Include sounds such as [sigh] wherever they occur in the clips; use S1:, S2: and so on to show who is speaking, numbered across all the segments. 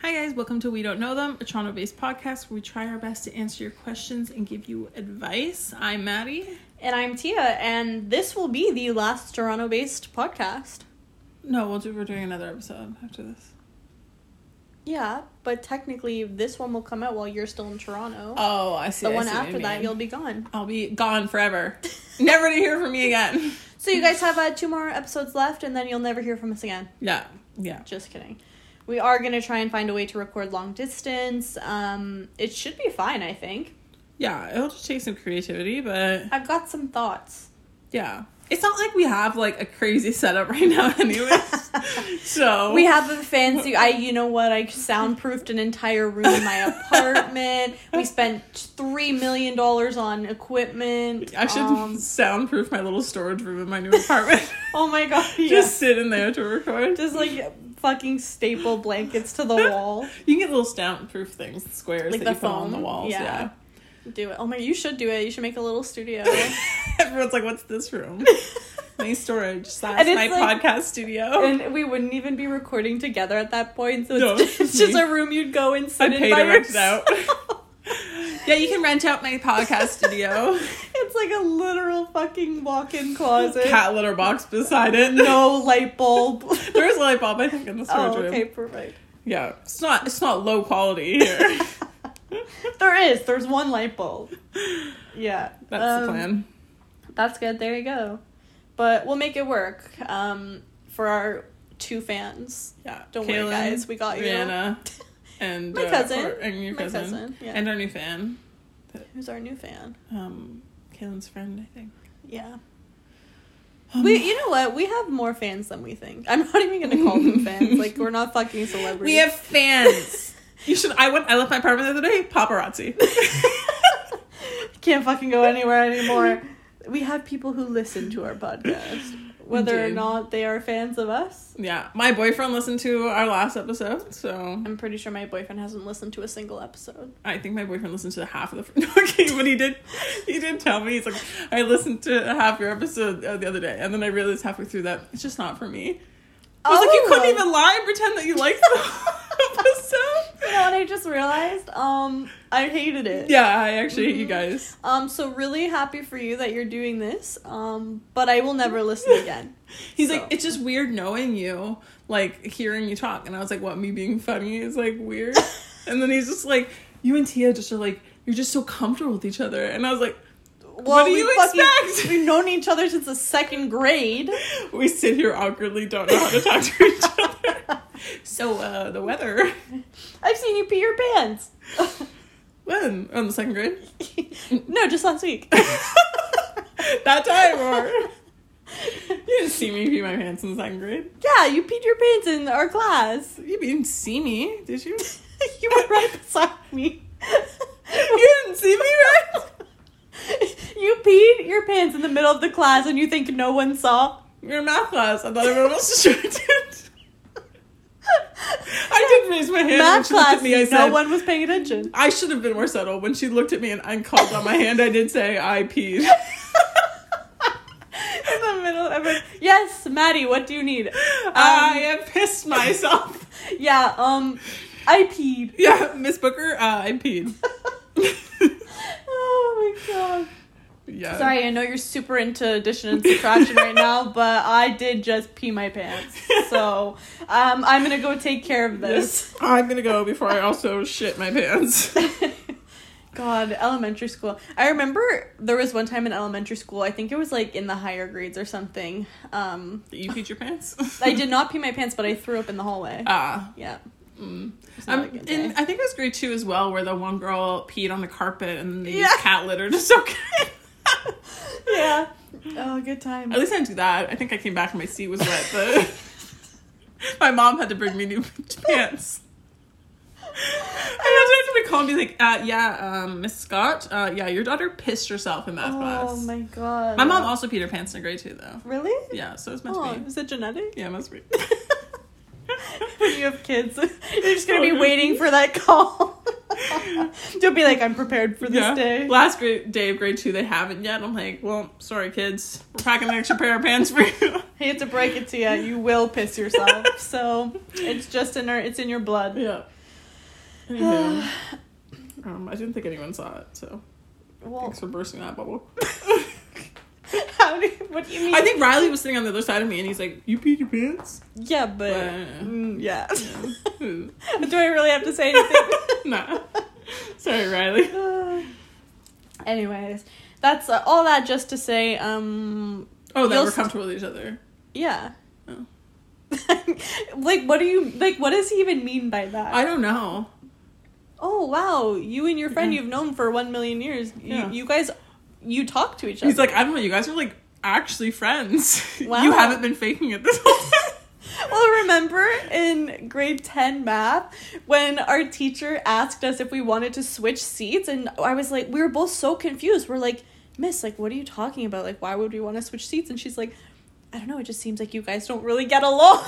S1: Hi, guys. Welcome to We Don't Know Them, a Toronto based podcast where we try our best to answer your questions and give you advice. I'm Maddie.
S2: And I'm Tia, and this will be the last Toronto based podcast.
S1: No, we'll do, we're doing another episode after this.
S2: Yeah, but technically, this one will come out while you're still in Toronto.
S1: Oh, I see.
S2: the
S1: I
S2: one
S1: see what you
S2: after that,
S1: mean.
S2: you'll be gone.
S1: I'll be gone forever. [laughs] Never to hear from me again.
S2: So, you guys have uh, two more episodes left, and then you'll never hear from us again.
S1: [laughs] Yeah. Yeah.
S2: Just kidding. We are going to try and find a way to record long distance. Um, it should be fine, I think.
S1: Yeah. It'll just take some creativity, but
S2: I've got some thoughts.
S1: yeah. It's not like we have like a crazy setup right now, [laughs] anyway.
S2: [laughs]
S1: so
S2: We have a fancy. I, you know what? I soundproofed an entire room in my apartment. We spent three million dollars on [laughs] equipment.
S1: I should
S2: Um,
S1: soundproof my little storage room in my new apartment. [laughs]
S2: oh my god! [laughs] yeah.
S1: Just
S2: Just,
S1: sit in there to record.
S2: like fucking staple blankets [laughs] to the wall.
S1: You can get little soundproof things, squares
S2: Like
S1: that
S2: the
S1: you put on the
S2: foam?
S1: walls.
S2: Yeah.
S1: Yeah. [laughs]
S2: Do it. Oh my! You should do it. You should make a little [laughs] studio.
S1: Everyone's like, "What's this
S2: [laughs]
S1: room? my storage slash
S2: And it's
S1: my
S2: like-
S1: podcast studio."
S2: And we wouldn't even be recording together at that point, so it's,
S1: No, it's
S2: just, [laughs] it's
S1: just
S2: just
S1: me.
S2: a room you'd go and sit
S1: I
S2: in
S1: pay
S2: by
S1: to rent it out.
S2: yourself.
S1: yeah, you can rent out my podcast
S2: [laughs]
S1: studio.
S2: [laughs] It's like a literal fucking walk-in closet.
S1: Cat litter box beside it.
S2: no light [laughs] bulb.
S1: There's a light bulb, I think, in the storage
S2: oh, okay,
S1: room.
S2: perfect.
S1: Yeah, it's not it's not low quality here. [laughs]
S2: There is. There's one light bulb. [laughs] Yeah.
S1: That's the
S2: Um,
S1: plan.
S2: That's good. There you go. But we'll make it work um, for our two fans.
S1: Yeah,
S2: don't worry, guys, we got you. [laughs]
S1: Rihanna, and
S2: My
S1: uh,
S2: cousin.
S1: or- and your
S2: My
S1: cousin,
S2: cousin, yeah.
S1: and our new fan,
S2: Who's our new fan?
S1: um, Kaylin's friend, I think.
S2: Yeah.
S1: Um,
S2: We, you know what? We have more fans than we think. I'm not even gonna call them
S1: [laughs]
S2: fans. Like we're not fucking celebrities.
S1: We have fans. [laughs] you should. I went. I left my apartment the other day. Paparazzi. [laughs]
S2: [laughs] can't fucking go anywhere anymore. We have people who listen to our podcast, whether or
S1: do.
S2: not they are fans of us.
S1: yeah, my boyfriend listened to our last episode, so
S2: I'm pretty sure my boyfriend hasn't listened to a single episode.
S1: I think my boyfriend listened to half of the. [laughs] No, okay, but he did. He did tell me he's like, I listened to half your episode uh, the other day, and then I realized halfway through that it's just not for me. I was
S2: All
S1: like, you
S2: of
S1: couldn't
S2: them.
S1: even lie and pretend that you liked the [laughs] episode.
S2: You know what I just realized? Um, I hated it.
S1: Yeah, I actually hate you guys.
S2: Um, so really happy for you that you're doing this. Um, but I will never listen
S1: [laughs]
S2: again.
S1: He's
S2: So-
S1: like, it's just weird knowing you, like hearing you talk. And I was like, what, me being funny is like
S2: [laughs]
S1: weird? and then he's just like, you and Tia just are like, you're just so comfortable with each other. And I was like,
S2: Well,
S1: do
S2: we
S1: you
S2: fucking-
S1: expect? [laughs]
S2: We've known each other since the second grade.
S1: we sit here awkwardly, don't know how to talk to each other.
S2: [laughs]
S1: so, uh, the weather.
S2: I've seen you pee your pants. [laughs]
S1: When? On the second grade? [laughs]
S2: no, just last week.
S1: that time or? You didn't see me pee my pants in the second grade.
S2: Yeah, you peed your pants in our class. [laughs]
S1: You didn't see me, did you?
S2: you were right beside me. [laughs]
S1: you didn't see me, right?
S2: you peed your pants in the middle of the class and you think no one [laughs] saw.
S1: You're in math class. I thought everyone was distracted. I did raise my hand. when
S2: Math
S1: she looked
S2: class,
S1: at me. I
S2: no
S1: said,
S2: one was paying attention.
S1: I should have been more subtle. When she looked at me and I called on my hand, I did say I
S2: [laughs]
S1: peed.
S2: [laughs] in the middle of it. Yes, Maddie, what do you need?
S1: I have pissed myself. [laughs]
S2: Yeah, um, I peed.
S1: yeah, Miss Booker, uh, I
S2: [laughs]
S1: peed.
S2: oh my god.
S1: Yeah.
S2: Sorry, I know you're super into addition and subtraction
S1: [laughs]
S2: right now, but I did just pee my pants. So um, I'm gonna go take care of this.
S1: Yes. I'm gonna go before I also shit my
S2: [laughs]
S1: pants.
S2: God, elementary school. I remember there was one time in elementary school, I think it was like in the higher grades or something. Um,
S1: you peed your pants?
S2: I
S1: [laughs]
S2: did not pee my pants, but I threw up in the hallway.
S1: Ah.
S2: Yeah. It's not a
S1: Um,
S2: good
S1: and [laughs]
S2: day.
S1: I think it was grade two as well, where the one girl peed on the carpet and they
S2: Yeah.
S1: used cat litter to soak it.
S2: [laughs] yeah. Oh, good time.
S1: At least I didn't do that. I think I came back and my seat was wet, but [laughs] my mom had to bring me new [laughs] pants. I imagine to call and be like, uh, yeah, um, Miss Scott, uh, yeah, your daughter pissed herself in math
S2: Oh
S1: class. My,
S2: my god.
S1: mom also peed her pants in grade two, though.
S2: Really?
S1: Yeah, so it's meant
S2: Oh,
S1: to be.
S2: is it genetic?
S1: Yeah, it must
S2: [laughs]
S1: be.
S2: when you have kids, you're just gonna
S1: Oh,
S2: be waiting for that call. You'll be like, I'm prepared for this
S1: yeah.
S2: day.
S1: Last grade, day of grade two, they haven't yet. I'm like, well, sorry, kids. We're packing an extra pair of pants for you. [laughs]
S2: I hate to break it to you, you will piss yourself. so it's just in our, it's in your blood.
S1: yeah.
S2: [sighs]
S1: Anywho, um, I didn't think anyone saw it, so
S2: well,
S1: thanks for bursting that bubble.
S2: how do? What do you mean?
S1: I think Riley was sitting on the other side of me, and he's like, "You peed your pants."
S2: yeah, but
S1: But-
S2: mm, yeah.
S1: Hmm.
S2: [laughs] do I really have to say anything? [laughs]
S1: nah. [laughs] Sorry, Riley.
S2: Uh, anyways, that's uh, all that just to say. Um,
S1: Oh, that
S2: You'll
S1: we're
S2: st-
S1: comfortable with each other.
S2: yeah. [laughs]
S1: Oh.
S2: like, what do you like? What does he even mean by that?
S1: I don't know.
S2: oh wow, you and your friend
S1: Yeah.
S2: you've known for one million years.
S1: Yeah.
S2: You, you guys, you talk to each other.
S1: He's like, I don't know. You guys are like actually friends. [laughs]
S2: Wow.
S1: You haven't been faking it this whole time. [laughs]
S2: Well, remember in grade 10 math when our teacher asked us if we wanted to switch seats? And I was like, we were both so confused. We're like, Miss, like, what are you talking about? Like, why would we want to switch seats? And she's like, I don't know. It just seems like you guys don't really
S1: [laughs]
S2: get along.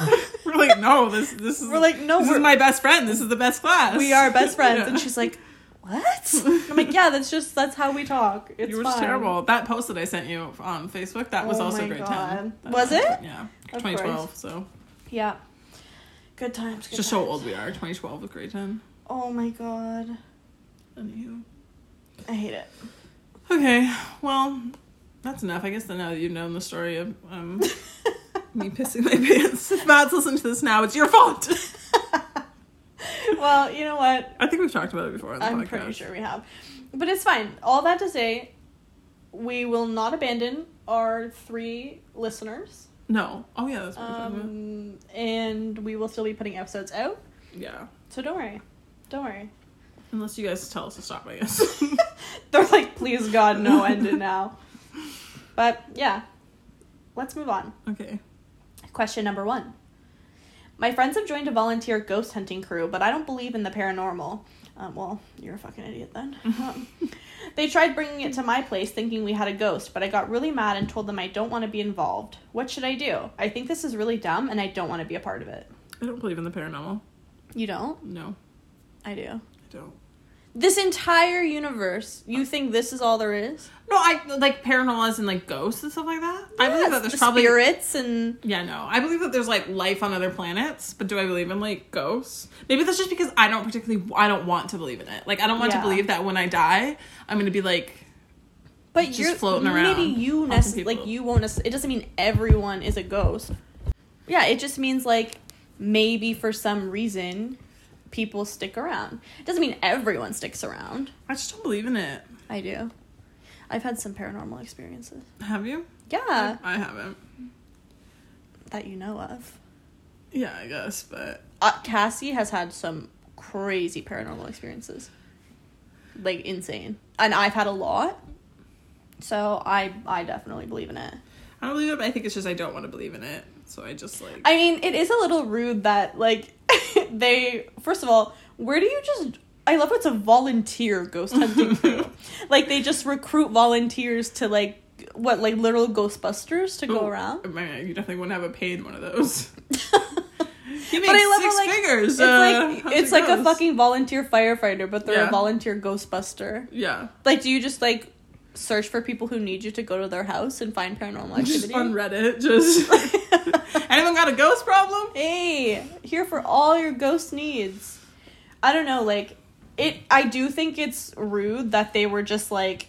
S1: We're like, no, this this is
S2: We're like, no,
S1: this
S2: we're-
S1: is my best friend. This is the best class.
S2: we are best
S1: [laughs]
S2: friends.
S1: Yeah.
S2: And she's like, what? I'm like, yeah, that's just, that's how we talk. It's
S1: you were just
S2: fine.
S1: terrible. That post that I sent you on Facebook, that was
S2: Oh
S1: also
S2: my
S1: grade
S2: God.
S1: 10. That
S2: Was it?
S1: Yeah.
S2: Of
S1: 2012. So
S2: Yeah. Good times. Good
S1: just
S2: times.
S1: how old we are. 2012 with grade 10.
S2: Oh my God.
S1: Anywho.
S2: I hate it. [laughs]
S1: Okay. Well, that's enough. I guess now that you've known the story of [laughs] um, me pissing my pants. If Matt's listening to this now, it's your fault.
S2: well, you know what?
S1: I think we've talked about it before on the
S2: I'm
S1: podcast.
S2: pretty sure we have. But it's fine. All that to say, we will not abandon our three listeners.
S1: No. Oh yeah, that's what we're talking about.
S2: Um, and we will still be putting episodes out.
S1: Yeah.
S2: So don't worry.
S1: [laughs]
S2: Don't worry. [laughs]
S1: Unless you guys tell us to stop, I guess. [laughs]
S2: They're like, please God, no, end it now. But yeah, let's move on.
S1: okay.
S2: Question number one. My friends have joined a volunteer ghost hunting crew, but I don't believe in the paranormal. Um, well, you're a fucking idiot
S1: [laughs]
S2: then. Um, they tried bringing it to my place thinking we had a ghost, but I got really mad and told them I don't want to be involved. What should I do? I think this is really dumb and I don't want to be a part of it.
S1: I don't believe in the paranormal.
S2: You don't?
S1: No,
S2: I do.
S1: I don't.
S2: This entire universe, you think this is all there is?
S1: No, I like paranormal as in like ghosts and stuff like that. I believe
S2: Yes,
S1: that there's
S2: the
S1: probably
S2: spirits and
S1: Yeah, no. I believe that there's like life on other planets, but do I believe in like ghosts? Maybe that's just because I don't particularly I don't want to believe in it. Like I don't want
S2: Yeah.
S1: to believe that when I die, I'm going to be like
S2: but
S1: Just
S2: you're
S1: floating
S2: Maybe
S1: around,
S2: you
S1: haunting
S2: necess- like
S1: people.
S2: you won't. Nec- it doesn't mean everyone is a ghost. Yeah, it just means like maybe for some reason people stick around. It doesn't mean everyone sticks around.
S1: I just don't believe in it.
S2: I do. I've had some paranormal experiences.
S1: Have you?
S2: Yeah,
S1: I haven't.
S2: that you know of.
S1: Yeah, I guess, but
S2: Uh, Cassie has had some crazy paranormal experiences, like insane, and I've had a lot. So I I definitely believe in it.
S1: I don't believe it, but I think it's just I don't want to believe in it. So I just like
S2: I mean, it is a little rude that like [laughs] they first of all, where do you just I love it's a volunteer ghost
S1: [laughs]
S2: hunting crew. like they just recruit volunteers to like what like literal ghostbusters to go
S1: Ooh,
S2: around. [laughs]
S1: I mean, you definitely wouldn't have a paid one of those. He makes
S2: But I love
S1: six
S2: how, like,
S1: figures.
S2: It's
S1: uh,
S2: like
S1: how's
S2: it's
S1: it
S2: like a
S1: goes?
S2: fucking volunteer firefighter, but they're a
S1: Yeah.
S2: volunteer ghostbuster.
S1: yeah.
S2: Like do you just like search for people who need you to go to their house and find paranormal
S1: [laughs] Just on
S2: activity?
S1: Reddit, just
S2: [laughs]
S1: [laughs] anyone got a ghost problem?
S2: hey here for all your ghost needs i don't know like it i do think it's rude that they were just like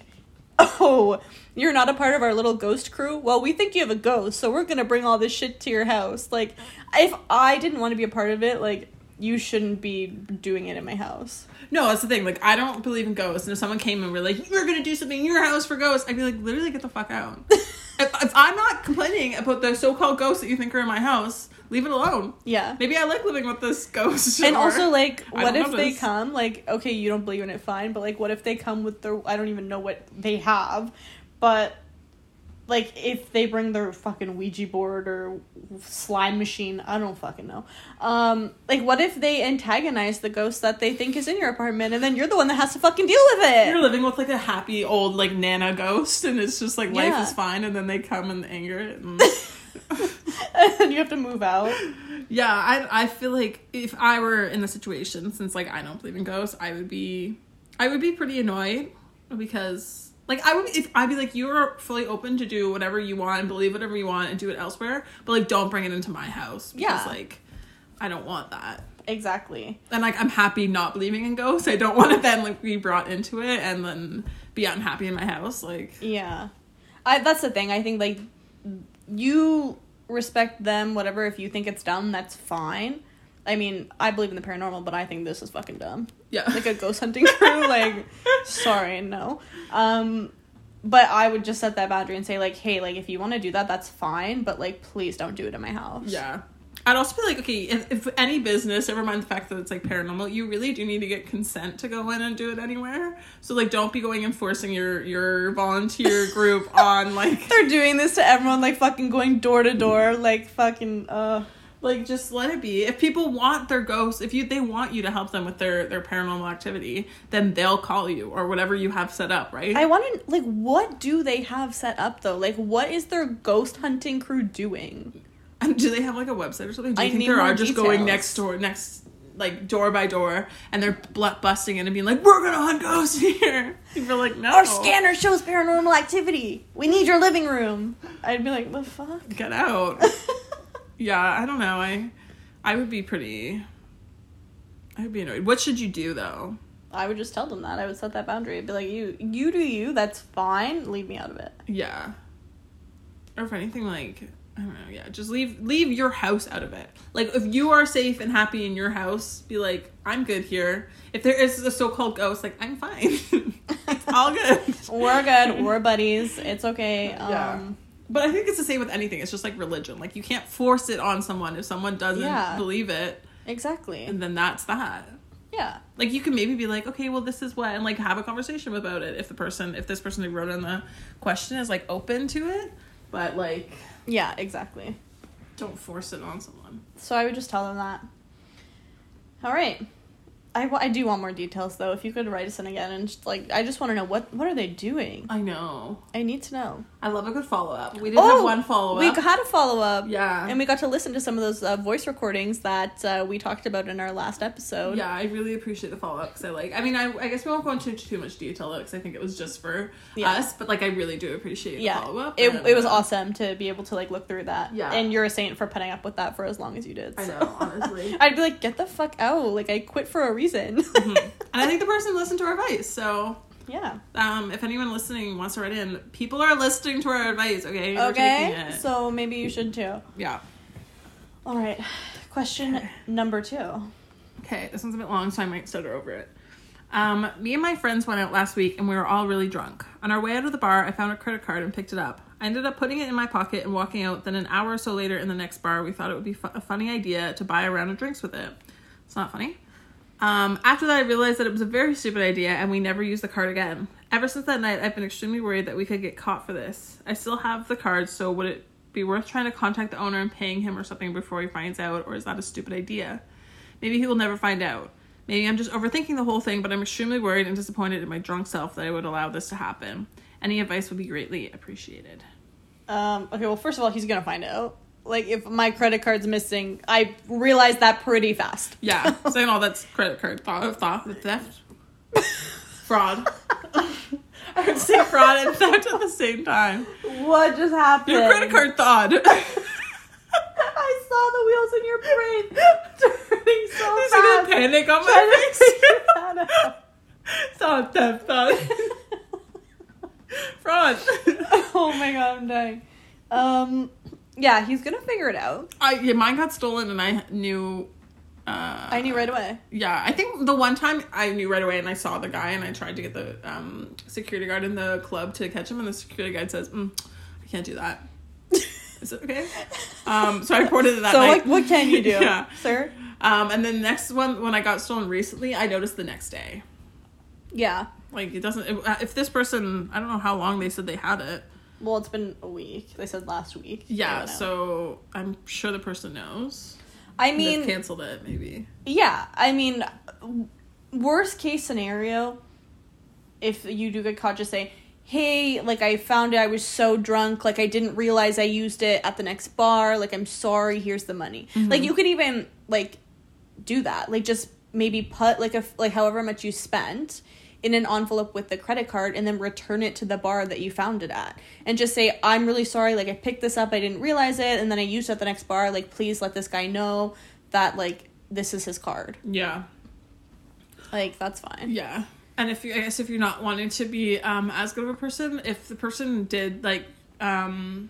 S2: oh you're not a part of our little ghost crew well we think you have a ghost so we're gonna bring all this shit to your house like if i didn't want to be a part of it like you shouldn't be doing it in my house
S1: No, that's the thing. Like, I don't believe in ghosts. And if someone came and were like, "You're gonna do something in your house for ghosts," I'd be like, "Literally, get the fuck
S2: [laughs]
S1: out." if, if I'm not complaining about the so-called ghosts that you think are in my house, leave it alone.
S2: yeah
S1: Maybe I like living with this ghost.
S2: and
S1: or-
S2: also like
S1: I
S2: what
S1: don't
S2: if
S1: know
S2: they
S1: this.
S2: come like okay you don't believe in it fine but like what if they come with their i don't even know what they have but like if they bring their fucking ouija board or slime machine i don't fucking know um like what if they antagonize the ghost that they think is in your apartment and then you're the one that has to fucking deal with
S1: you're
S2: it
S1: living with like a happy old like nana ghost, and it's just like life
S2: Yeah.
S1: is fine. And then they come and anger it. And...
S2: [laughs] [laughs] and you have to move out
S1: Yeah, I I feel like if I were in the situation, since like I don't believe in ghosts, I would be I would be pretty annoyed because like I would if I'd be like you're fully open to do whatever you want and believe whatever you want and do it elsewhere, but like don't bring it into my house because
S2: Yeah.
S1: like I don't want that.
S2: Exactly.
S1: And like I'm happy not believing in ghosts. I don't [laughs] want to then like be brought into it and then be unhappy in my house. Like
S2: Yeah. I that's the thing. I think like you respect them whatever if you think it's dumb, that's fine. I mean, I believe in the paranormal, but I think this is fucking dumb.
S1: yeah.
S2: Like a ghost hunting crew like sorry, no. Um but I would just set that boundary and say like, "Hey, like if you want to do that, that's fine, but like please don't do it in my house."
S1: Yeah. I'd also be like, okay, if, if any business, never mind the fact that it's like paranormal, you really do need to get consent to go in and do it anywhere. So like, don't be going and forcing your your
S2: [laughs]
S1: volunteer group on like
S2: They're doing this to everyone like fucking going door to door like fucking uh
S1: like just let it be. If people want their ghosts, if you they want you to help them with their their paranormal activity, then they'll call you or whatever you have set up, right?
S2: I want to like what do they have set up though? Like what is their ghost hunting crew doing?
S1: And do they have like a website or something? Do you
S2: I
S1: think
S2: need
S1: there
S2: more
S1: are just going
S2: details.
S1: next door, next like door by door, and they're bl- busting in and being like, "We're gonna hunt ghosts here." [laughs] You'd be like, "No,
S2: Our scanner shows paranormal activity. We need your living room. I'd be like, the [laughs] fuck.
S1: get out." yeah, I don't know. I I would be pretty. I would be annoyed. What should you do though?
S2: I would just tell them that. I would set that boundary. I'd be like, you, you do you. That's fine. Leave me out of it.
S1: Yeah. Or if anything, like I don't know. Yeah, just leave leave your house out of it. Like if you are safe and happy in your house, be like, I'm good here. If there is a so called ghost, like I'm fine. [laughs] it's all good.
S2: We're good. We're buddies. It's [laughs] okay. Um,
S1: Yeah. But I think it's the same with anything. It's just like religion. Like you can't force it on someone. If someone doesn't
S2: Yeah.
S1: believe it,
S2: Exactly.
S1: and then that's that.
S2: Yeah.
S1: Like you can maybe be like, okay, well this is what, and like have a conversation about it if the person, if this person who wrote in the question is like open to it, but like
S2: Yeah. Exactly.
S1: don't force it on someone.
S2: So I would just tell them that. All right. I, wa- I do want more details though. If you could write us in again and just, like I just want to know what what are they doing?
S1: I know.
S2: I need to know.
S1: I love a good follow up. We did have one follow
S2: Oh, We
S1: up.
S2: had a follow up.
S1: yeah.
S2: And we got to listen to some of those uh, voice recordings that uh, we talked about in our last episode.
S1: yeah, I really appreciate the follow up because I like. I mean, I, I guess we won't go into too much detail though because I think it was just for
S2: Yeah.
S1: us. But like, I really do appreciate
S2: Yeah.
S1: the follow up.
S2: It, it
S1: [laughs]
S2: was awesome to be able to like look through that.
S1: uh, Yeah.
S2: And you're a saint for putting up with that for as long as you did.
S1: I know,
S2: so.
S1: honestly.
S2: [laughs] I'd be like, get the fuck out. Like, I quit for a reason. [laughs]
S1: mm-hmm. and I think the person listened to our advice. So,
S2: yeah.
S1: um, if anyone listening wants to write in, people are listening to our advice. Okay. We're taking
S2: Okay.
S1: it.
S2: So maybe you should too.
S1: yeah.
S2: All right. Question number two.
S1: Okay, this one's a bit long, so I might stutter over it. Um, me and my friends went out last week and we were all really drunk. On our way out of the bar, I found a credit card and picked it up. I ended up putting it in my pocket and walking out. Then, an hour or so later in the next bar, we thought it would be fu- a funny idea to buy a round of drinks with it. It's not funny. Um, after that, I realized that it was a very stupid idea and we never used the card again. Ever since that night, I've been extremely worried that we could get caught for this. I still have the card, so would it be worth trying to contact the owner and paying him or something before he finds out, or is that a stupid idea? Maybe he will never find out. Maybe I'm just overthinking the whole thing, but I'm extremely worried and disappointed in my drunk self that I would allow this to happen. Any advice would be greatly appreciated.
S2: Um, okay, well, first of all, he's gonna find out. Like, if my credit card's missing, I realized that
S1: [laughs]
S2: pretty fast.
S1: Yeah, saying all that's credit card thought, thought theft, fraud. I would say fraud and theft at the same time.
S2: What just happened?
S1: Your credit card thawed. [laughs]
S2: I
S1: [laughs]
S2: saw the wheels in your brain [laughs] turning so
S1: There's a
S2: [laughs]
S1: panic on my [laughs] face. Thought theft thought fraud. [laughs]
S2: oh my god, I'm dying. Um, yeah, he's gonna figure it out.
S1: I yeah, mine got stolen and I knew. Uh,
S2: I knew right away.
S1: Yeah, I think the one time I knew right away and I saw the guy and I tried to get the um, security guard in the club to catch him and the security guard says, mm, I can't do [laughs] that. Is it okay? Um, so I reported it that
S2: [laughs] so,
S1: night.
S2: like, what can you
S1: [laughs]
S2: do,
S1: yeah.
S2: sir?
S1: Um, and then the next one, when I got stolen recently, I noticed the next day.
S2: Yeah.
S1: Like, it doesn't, if, if this person, I don't know how long they said they had it.
S2: Well, it's been a week. They said last week. I
S1: Yeah,
S2: don't know.
S1: so I'm sure the person knows.
S2: I
S1: I mean,
S2: mean,
S1: They've canceled it, maybe.
S2: Yeah, I mean, w- worst case scenario, if you do get caught, just say, "Hey, like I found it. I was so drunk, like I didn't realize I used it at the next bar. Like I'm sorry. Here's the money."
S1: Mm-hmm.
S2: Like you could even like do that. Like just maybe put like a f- like however much you spent in an envelope with the credit card and then return it to the bar that you found it at and just say i'm really sorry like i picked this up i didn't realize it and then i used it at the next bar like please let this guy know that like this is his card.
S1: Yeah.
S2: Like that's fine.
S1: Yeah. And if you, I guess, if you're not wanting to be um, as good of a person, if the person did like, um,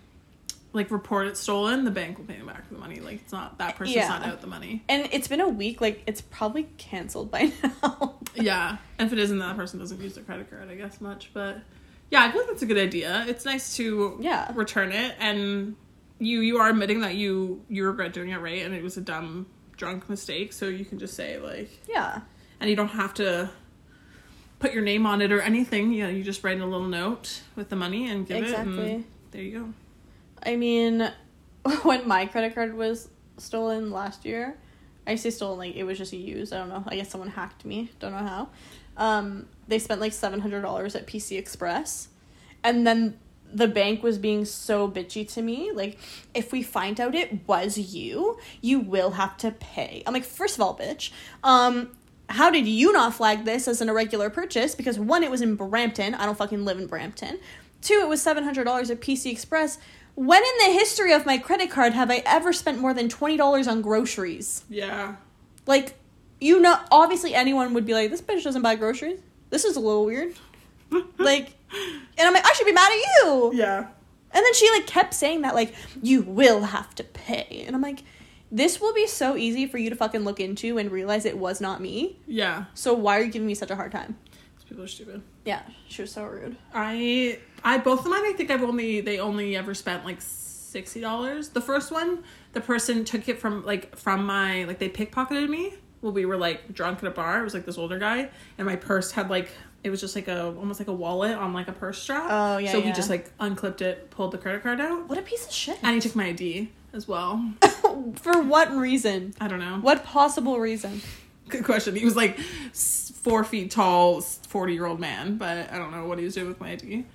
S1: like report it stolen, the bank will pay them back the money. Like it's not that person's
S2: Yeah.
S1: not out the money.
S2: And it's been a week. Like it's probably canceled by [laughs] now.
S1: Yeah. And if it isn't, that person doesn't use their credit card, I guess, much. But yeah, I feel like that's a good idea. It's nice to
S2: Yeah.
S1: return it, and you you are admitting that you you regret doing it, right? And it was a dumb drunk mistake, so you can just say like,
S2: yeah.
S1: and you don't have to put your name on it or anything. You know, you just write a little note with the money and give it.
S2: Exactly.
S1: And there you go.
S2: I mean, [laughs] when my credit card was stolen last year, I say stolen like it was just used. I don't know. I guess someone hacked me. Don't know how. Um, they spent like seven hundred dollars at PC Express, and then the bank was being so bitchy to me. Like, if we find out it was you, you will have to pay. I'm like, first of all, bitch. Um, how did you not flag this as an irregular purchase? Because one, it was in Brampton. I don't fucking live in Brampton. Two, it was seven hundred dollars at PC Express. When in the history of my credit card have I ever spent more than twenty dollars on groceries?
S1: Yeah.
S2: Like, you know, obviously anyone would be like, "This bitch doesn't buy groceries. This is a little [laughs] weird." like, and I'm like, I should be mad at you.
S1: Yeah.
S2: And then she like kept saying that like you will have to pay, and I'm like, this will be so easy for you to fucking look into and realize it was not me.
S1: Yeah.
S2: So why are you giving me such a hard time?
S1: These people are stupid.
S2: Yeah, she was so rude.
S1: I I both of mine I think I've only they only ever spent like sixty dollars. The first one, the person took it from like from my like they pickpocketed me Well, we were like drunk at a bar. It was like this older guy and my purse had like it was just like a almost like a wallet on like a purse strap.
S2: Oh, yeah,
S1: So he
S2: yeah.
S1: just like unclipped it, pulled the credit card out.
S2: What a piece of shit.
S1: And he took my ID as well.
S2: For what reason?
S1: I don't know.
S2: What possible reason?
S1: Good question. He was like s- four feet tall, forty year old man, but I don't know what he was doing with my ID.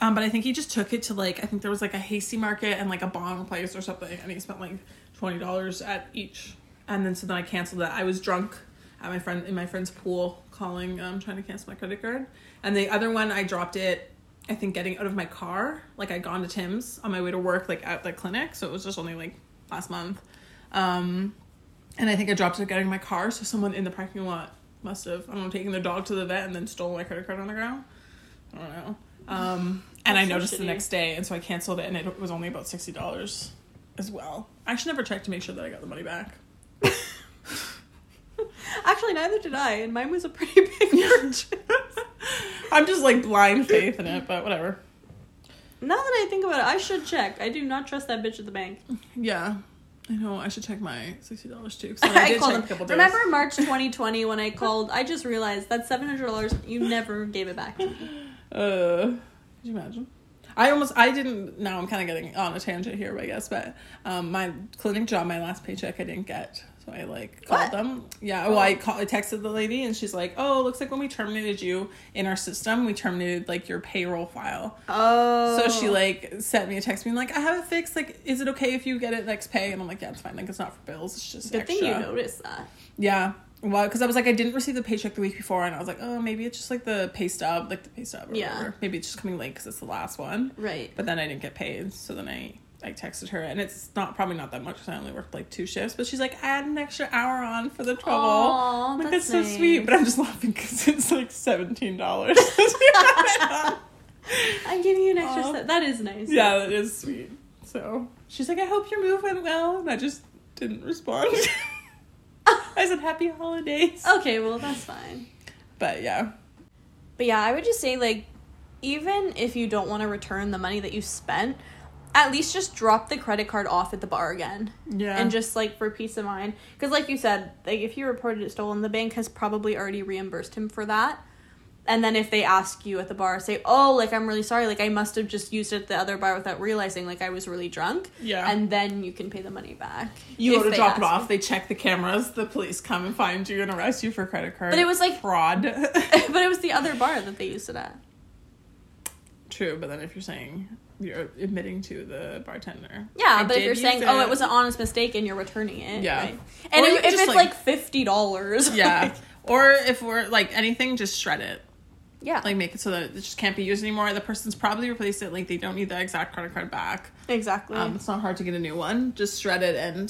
S1: Um, but I think he just took it to like I think there was like a hasty market and like a bong place or something, and he spent like twenty dollars at each. And then so then I canceled that. I was drunk at my friend in my friend's pool, calling um, trying to cancel my credit card. And the other one I dropped it. I think getting out of my car, like I'd gone to Tim's on my way to work, like at the clinic. So it was just only like last month. Um, and I think I dropped it getting my car, so someone in the parking lot must have, I don't know, taken their dog to the vet and then stole my credit card on the ground. I don't know. Um, and I
S2: That's so
S1: noticed the
S2: shitty.
S1: next day, and so I canceled it, and it was only about $60 as well. I actually never checked to make sure that I got the money
S2: [laughs]
S1: back.
S2: Actually, neither did I, and mine was a pretty [laughs] big purchase.
S1: I'm just like blind faith in it, but whatever.
S2: now that I think about it, I should check. I do not trust that bitch at the bank.
S1: Yeah. I know, I should check my $60 too.
S2: [laughs]
S1: 'cause I
S2: I,
S1: did
S2: called
S1: check
S2: them.
S1: a couple days.
S2: Remember March 2020 when I called? I just realized that $700 you never gave it back to me.
S1: Uh, could you imagine? I almost I didn't. Now I'm kind of getting on a tangent here, I guess. But um, my clinic job, my last paycheck, I didn't get. So I like called
S2: What? Oh.
S1: them. Yeah. Well, I call, I texted the lady, and she's like, "Oh, looks like when we terminated you in our system, we terminated like your payroll file."
S2: Oh.
S1: So she like sent me a text, being like, "I have it fixed. Like, is it okay if you get it next pay?" And I'm like, "Yeah, it's fine. Like, it's not for bills. It's just
S2: Good
S1: extra."
S2: thing you noticed that.
S1: Yeah. Well, because I was like, I didn't receive the paycheck the week before, and I was like, oh, maybe it's just like the pay stub, like the pay stub, or
S2: Yeah.
S1: whatever. Maybe it's just coming late because it's the last one.
S2: Right.
S1: But then I didn't get paid, so then I I texted her, and it's not probably not that much because I only worked like two shifts. But she's like, add an extra hour on for the trouble.
S2: Aw,
S1: I'm like
S2: that's
S1: that's, so sweet,
S2: nice.
S1: but I'm just [laughs] laughing because it's like seventeen dollars. [laughs]
S2: I'm giving you an extra
S1: Aw.
S2: set. That is nice.
S1: yeah, that is sweet. So she's like, I hope your move went well, and I just didn't respond. [laughs] I said, happy holidays.
S2: [laughs] Okay, well, that's fine.
S1: But yeah.
S2: But yeah, I would just say like even if you don't want to return the money that you spent, at least just drop the credit card off at the bar again.
S1: Yeah.
S2: And just like for peace of mind, cuz like you said, like if you reported it stolen, the bank has probably already reimbursed him for that. And then if they ask you at the bar, say, "Oh, like I'm really sorry, like I must have just used it at the other bar without realizing like I was really drunk."
S1: Yeah.
S2: And then you can pay the money back.
S1: You
S2: if
S1: go to
S2: they
S1: drop
S2: ask
S1: it
S2: you.
S1: off. They check the cameras. The police come and find you and arrest you for credit card.
S2: But it was like [laughs]
S1: fraud. [laughs]
S2: but it was the other bar that they used it at.
S1: True, but then if you're saying you're admitting to the bartender,
S2: Yeah,
S1: I
S2: but if
S1: did
S2: you're
S1: use
S2: saying, "Oh, it was an honest mistake," and you're returning it,
S1: Yeah.
S2: right? And
S1: Or you
S2: if,
S1: could
S2: if
S1: just,
S2: it's like,
S1: like-
S2: fifty
S1: [laughs]
S2: dollars, [laughs]
S1: yeah, or if we're like anything, just shred it.
S2: yeah,
S1: Like make it so that it just can't be used anymore. The person's probably replaced it. Like they don't need that exact credit card back.
S2: exactly.
S1: Um, it's not hard to get a new one. Just shred it and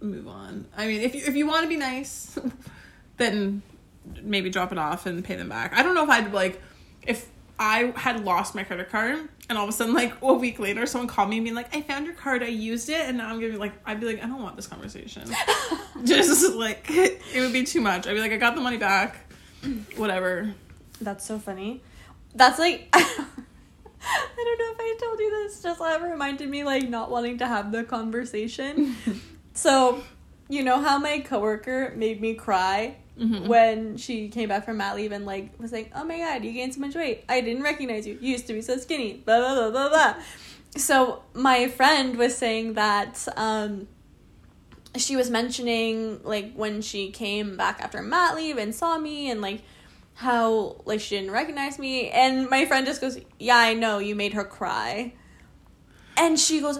S1: move on. I mean, if you if you want to be nice, [laughs] then maybe drop it off and pay them back. I don't know if I'd like if I had lost my credit card and all of a sudden like a week later someone called me and being like, I found your card, I used it, and now I'm gonna be like I'd be like, I don't want this
S2: [laughs]
S1: conversation. Just like it would be too much. I'd be like, I got the money back. Whatever.
S2: That's so funny. That's like [laughs] I don't know if I told you this. Just that reminded me like not wanting to have the conversation. so, you know how my coworker made me cry
S1: Mhm.
S2: when she came back from mat leave and like was like, "Oh my god, you gained so much weight. I didn't recognize you. You used to be so skinny." Blah blah blah blah blah. So my friend was saying that um, she was mentioning like when she came back after mat leave and saw me and like how like she didn't recognize me and my friend just goes, "Yeah, I know. You made her cry." And she goes,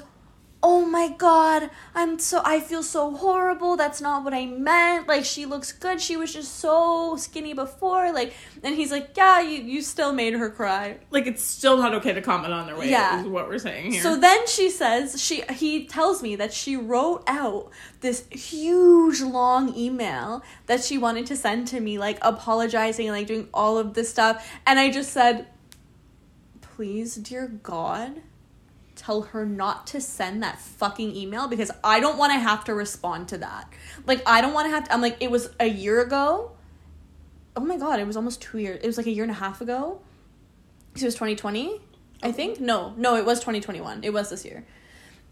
S2: oh my god i'm so i feel so horrible that's not what i meant like she looks good she was just so skinny before like and he's like yeah you, you still made her cry
S1: Like it's still not okay to comment on their weight.
S2: Yeah.
S1: Is what we're saying here.
S2: so then she says she he tells me that she wrote out this huge long email that she wanted to send to me like apologizing and like doing all of this stuff and i just said please dear god tell her not to send that fucking email because i don't want to have to respond to that like i don't want to have to i'm like it was a year ago oh my god it was almost two years it was like a year and a half ago 'Cause it was 2020 i think no no it was 2021 it was this year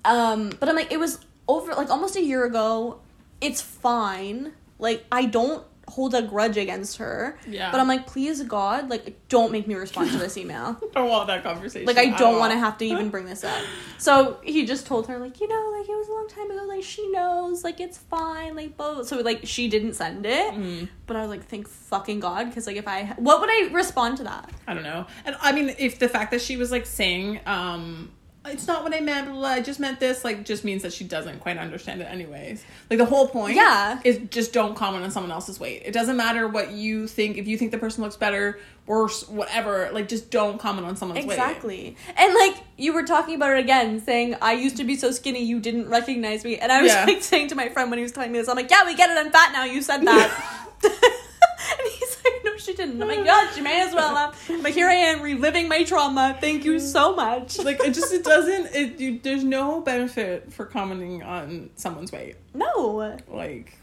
S2: um but i'm like it was over like almost a year ago it's fine like i don't hold a grudge against her
S1: Yeah.
S2: but i'm like please god like don't make me respond to this email
S1: don't want that conversation.
S2: like I
S1: at
S2: don't
S1: all.
S2: want to have to even bring this up. So he just told her like you know like it was a long time ago like she knows like it's fine like blah, blah. so like she didn't send it.
S1: Mm.
S2: But I was like thank fucking god because like if I what would I respond to that?
S1: I don't know. And I mean, if the fact that she was like saying, um, it's not what I meant, blah, blah, blah, I just meant this, like, just means that she doesn't quite understand it, anyways. Like, the whole point
S2: Yeah.
S1: is just don't comment on someone else's weight. It doesn't matter what you think, if you think the person looks better, worse, whatever, like, just don't comment on someone's weight.
S2: Exactly. And like you were talking about it again, saying I used to be so skinny you didn't recognize me, and I was
S1: Yeah.
S2: like saying to my friend when he was telling me this, I'm like yeah we get it I'm fat now you said that. [laughs] and he's like no she didn't. I'm like yeah she may as well have. But here I am reliving my trauma. Thank you so much.
S1: like, it just, it doesn't, it, you, there's no benefit for commenting on someone's weight.
S2: No.
S1: Like,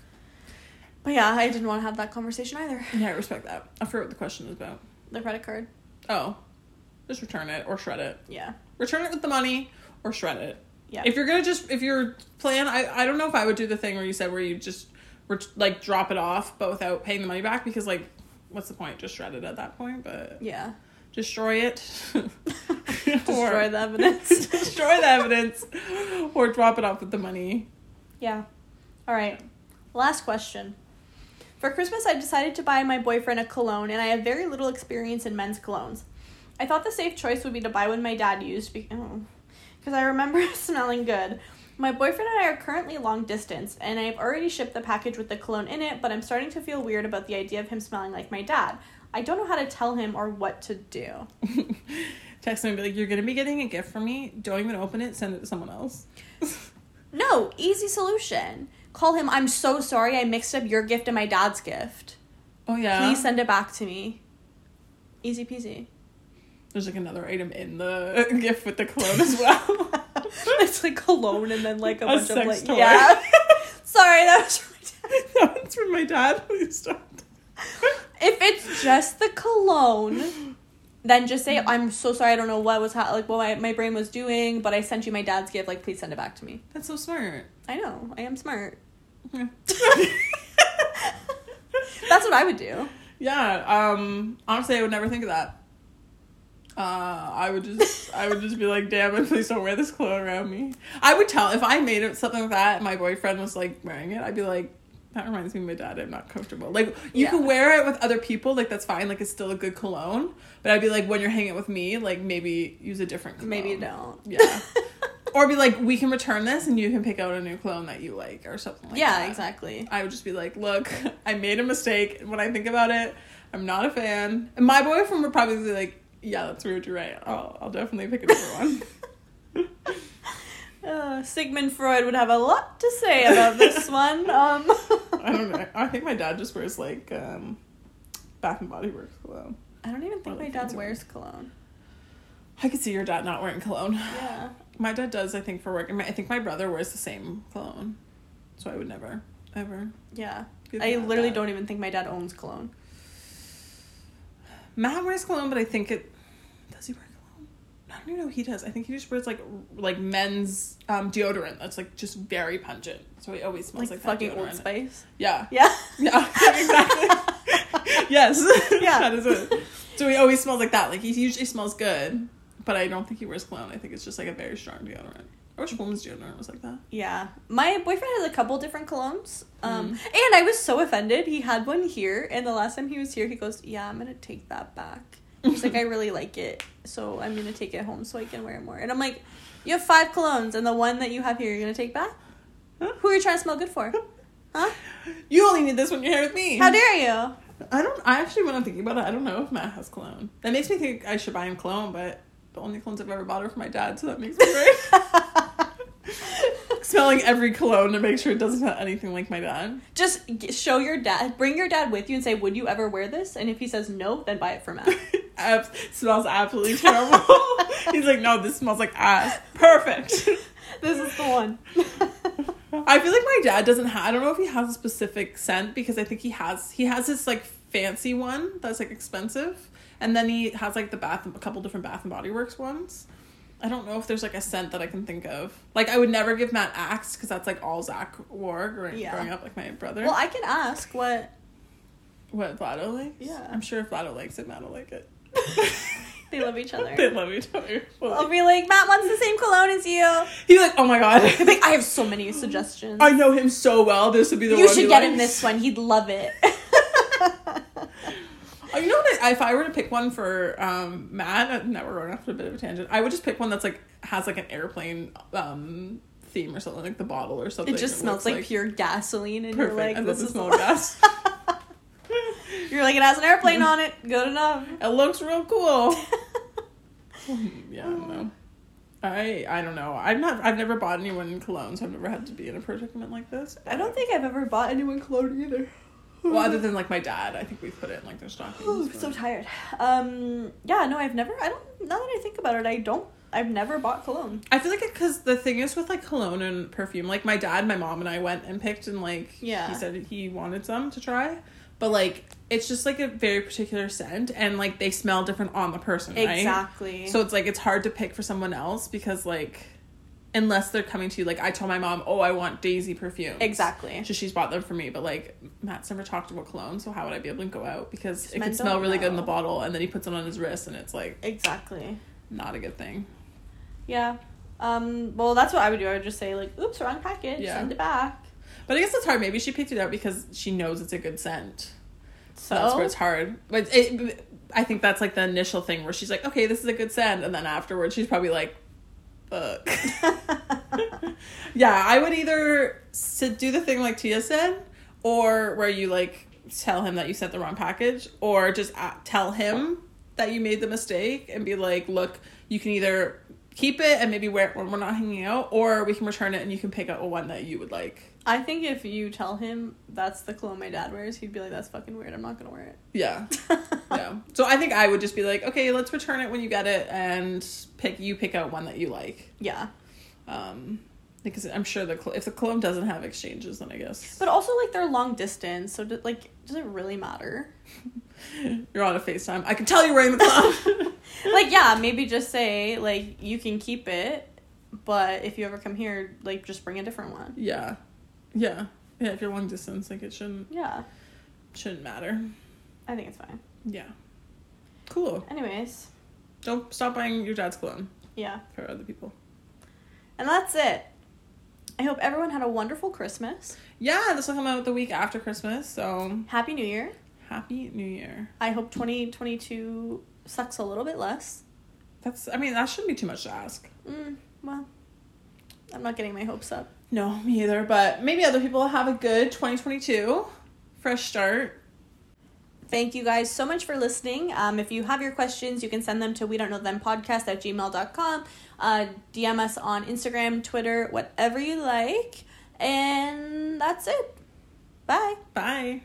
S2: But yeah, I didn't want to have that conversation either.
S1: yeah, I respect that. I forget what the question is about.
S2: The credit card.
S1: Oh, just return it or shred it.
S2: Yeah.
S1: Return it with the money or shred it.
S2: Yeah.
S1: If you're gonna just if your plan, I I don't know if I would do the thing where you said where you just were like drop it off but without paying the money back because like what's the point? Just shred it at that point, but
S2: yeah.
S1: destroy
S2: [laughs]
S1: it. [laughs]
S2: Destroy the evidence.
S1: destroy the evidence, or drop it off with the money.
S2: Yeah. All right. Last question. For Christmas, I decided to buy my boyfriend a cologne, and I have very little experience in men's colognes. I thought the safe choice would be to buy one my dad used because I remember [laughs] it smelling good. My boyfriend and I are currently long distance, and I've already shipped the package with the cologne in it, but I'm starting to feel weird about the idea of him smelling like my dad. I don't know how to tell him or what to do.
S1: Text me and be like, "You're gonna be getting a gift from me. Don't even open it. Send it to someone else."
S2: No, easy solution. Call him, I'm so sorry I mixed up your gift and my dad's gift.
S1: Oh yeah.
S2: Please send it back to me. Easy peasy.
S1: There's like another item in the [laughs] gift with the cologne as well. [laughs]
S2: it's like cologne and then like a,
S1: A
S2: bunch of
S1: sex
S2: like
S1: toy.
S2: yeah.
S1: [laughs]
S2: Sorry, that was my dad.
S1: that one's from my dad. Please don't.
S2: If it's just the cologne, then just say I'm so sorry. I don't know what was ha- like what my, my brain was doing, but I sent you my dad's gift. Like please send it back to me.
S1: That's so [laughs] smart.
S2: I know I
S1: [laughs]
S2: am smart.
S1: Yeah.
S2: That's what I would do.
S1: yeah. Um. Honestly, I would never think of that. Uh, I would just, I would just be like, [laughs] damn it, please don't wear this cologne around me. I would tell if I made it something like that, and my boyfriend was like wearing it. I'd be like, that reminds me of my dad. I'm not comfortable. Like you
S2: Yeah.
S1: can wear it with other people, like that's fine. Like it's still a good cologne. But I'd be like, when you're hanging out with me, like maybe use a different. cologne.
S2: Maybe you don't. [laughs]
S1: Yeah. or be like, we can return this, and you can pick out a new cologne that you like, or something like that.
S2: yeah, exactly.
S1: I would just be like, look, [laughs] I made a mistake. When I think about it, I'm not a fan. And my boyfriend would probably be
S2: [laughs]
S1: like, yeah, that's weird. You're right. I'll, I'll definitely pick another one.
S2: Uh, Uh, Sigmund Freud would have a lot to say
S1: [laughs]
S2: about this one. Um,
S1: I don't know. I think my dad just wears like um, Bath and Body Works cologne.
S2: I don't even think my dad wears cologne.
S1: I could see your dad not wearing cologne.
S2: Yeah.
S1: My dad does, I think, for work. And my- I think my brother wears the same cologne, so I would never, ever.
S2: Yeah.
S1: give
S2: I
S1: my dad
S2: literally
S1: that.
S2: don't even think my dad owns cologne.
S1: Matt wears cologne, but I think it does he wear cologne? I don't even know if he does. I think he just wears like r- like men's um, deodorant that's like just very pungent, so he always smells
S2: Like,
S1: like, that
S2: fucking Old
S1: deodorant. [laughs]
S2: Spice.
S1: Yeah,
S2: Yeah.
S1: [laughs] yeah, exactly. yes,
S2: [laughs]
S1: [laughs]
S2: Yeah.
S1: that is it. So he always smells like that. Like he usually smells good, but I don't think he wears cologne. I think it's just like a very strong deodorant. I wish women's deodorant was like that.
S2: Yeah. My boyfriend has a couple different colognes. Um,
S1: Mm.
S2: And I was so offended. He had one here, and the last time he was here, he goes, Yeah, I'm going to take that back. He's like, I really like it, so I'm going to take it home so I can wear it more. And I'm like, You have five colognes, and the one that you have here, you're going to take back? Who are you trying to smell good for? Huh?
S1: [laughs] You only need this when you're here with me.
S2: How dare you?
S1: I don't. I actually, when I'm thinking about it, I don't know if Matt has cologne. That makes me think I should buy him cologne, but the only colognes I've ever bought are for my dad, so that makes me right. Smelling every cologne to make sure it doesn't smell anything like my dad.
S2: Just g- show your dad, bring your dad with you and say, Would you ever wear this? And if he says no, then buy it for [laughs] Matt.
S1: Abs- smells absolutely terrible. He's like, no, this smells like ass. Perfect.
S2: this is the one. [laughs]
S1: I feel like my dad doesn't have. I don't know if he has a specific scent because I think he has. He has this like fancy one that's like expensive, and then he has like the bath, a couple different Bath and Body Works ones. I don't know if there's like a scent that I can think of. Like I would never give Matt Axe because that's like all Zach wore growing,
S2: Yeah.
S1: growing up, like my brother.
S2: well, I can ask what.
S1: what Vlado likes?
S2: Yeah.
S1: I'm sure if Vlado likes it, Matt will like it.
S2: They love each other.
S1: [laughs]
S2: [laughs]
S1: they love each other. Well,
S2: I'll be like, Matt wants the same cologne as you. [laughs] I'm
S1: he's like, oh my god.
S2: [laughs] like, I have so many suggestions.
S1: I know him so well. This would be the
S2: you
S1: one
S2: should
S1: he
S2: get him
S1: likes.
S2: this one. He'd love it. [laughs]
S1: Oh, you know what? I, if I were to pick one for um, Matt, uh, now we're going off to a bit of a tangent. I would just pick one that's like has like an airplane um, theme or something, like the bottle or something.
S2: it just
S1: looks
S2: smells like, pure gasoline, and
S1: perfect.
S2: you're like,
S1: I love
S2: this
S1: the
S2: is
S1: smell of gas.
S2: [laughs] You're like, it has an airplane on it. Good enough.
S1: [laughs] It looks real cool. yeah, I don't know. I I don't know. I've not. I've never bought anyone in cologne, so I've never had to be in a predicament like this.
S2: [laughs] I don't think I've ever bought anyone cologne either.
S1: Well,
S2: [laughs]
S1: other than like my dad, I think we put it in like their stockings.
S2: Ooh,
S1: but-
S2: Oh, so tired. Um, yeah, no, I've never. I don't. Now that I think about it, I don't. I've never bought cologne.
S1: I feel like because the thing is with like cologne and perfume, like my dad, my mom, and I went and picked and like
S2: Yeah.
S1: he said he wanted some to try, but like it's just like a very particular scent and like they smell different on the person, right?
S2: Exactly.
S1: So it's like it's hard to pick for someone else because like unless they're coming to you, like I told my mom, oh, I want Daisy perfume.
S2: exactly.
S1: So she's bought them for me, but like Matt's never talked about cologne, so how would I be able to go out because it
S2: men
S1: can smell
S2: don't
S1: really good in
S2: know.
S1: the bottle, and then he puts it on his wrist, and it's like
S2: Exactly.
S1: not a good thing.
S2: Yeah. Um, well, that's what I would do. I would just say like, "Oops, wrong package.
S1: Yeah.
S2: Send it back."
S1: But I guess it's hard. Maybe she picked it up because she knows it's a good scent. So
S2: So
S1: that's where it's hard. But it, I think that's like the initial thing where she's like, okay, this is a good scent. And then afterwards, she's probably like, fuck. yeah, I would either s- do the thing like Tia said, or where you like tell him that you sent the wrong package, or just a tell him that you made the mistake and be like, look, you can either keep it and maybe wear it when we're not hanging out, or we can return it and you can pick out a one that you would like.
S2: I think if you tell him that's the cologne my dad wears, he'd be like, "That's fucking weird. I'm not gonna wear
S1: Yeah.
S2: it." [laughs]
S1: Yeah. So I think I would just be like, okay, let's return it when you get it, and pick you pick out one that you like.
S2: yeah.
S1: Um, because I'm sure the cl- if the cologne doesn't have exchanges, then I guess
S2: But also like they're long distance, so do, like does it really matter?
S1: you're on a Facetime. I can tell you're wearing the cologne.
S2: [laughs] like yeah, maybe just say like you can keep it, but if you ever come here, like just bring a different one.
S1: yeah, yeah, yeah. If you're long distance, like it shouldn't
S2: Yeah,
S1: shouldn't matter.
S2: I think it's fine.
S1: Yeah. Cool.
S2: Anyways,
S1: Don't stop buying your dad's cologne
S2: yeah,
S1: for other people.
S2: and that's it. I hope everyone had a wonderful Christmas.
S1: Yeah, this will come out the week after Christmas, so
S2: Happy New Year.
S1: happy New Year.
S2: I hope 2022 sucks a little bit less.
S1: That's I mean that shouldn't be too much to ask.
S2: Mm, well, I'm not getting my hopes up.
S1: No, me either. But maybe other people have a good 2022 fresh start.
S2: Thank you guys so much for listening. Um, if you have your questions, you can send them to we don't know them podcast at gmail.com. Uh, DM us on Instagram, Twitter, whatever you like. And that's it. Bye.
S1: Bye.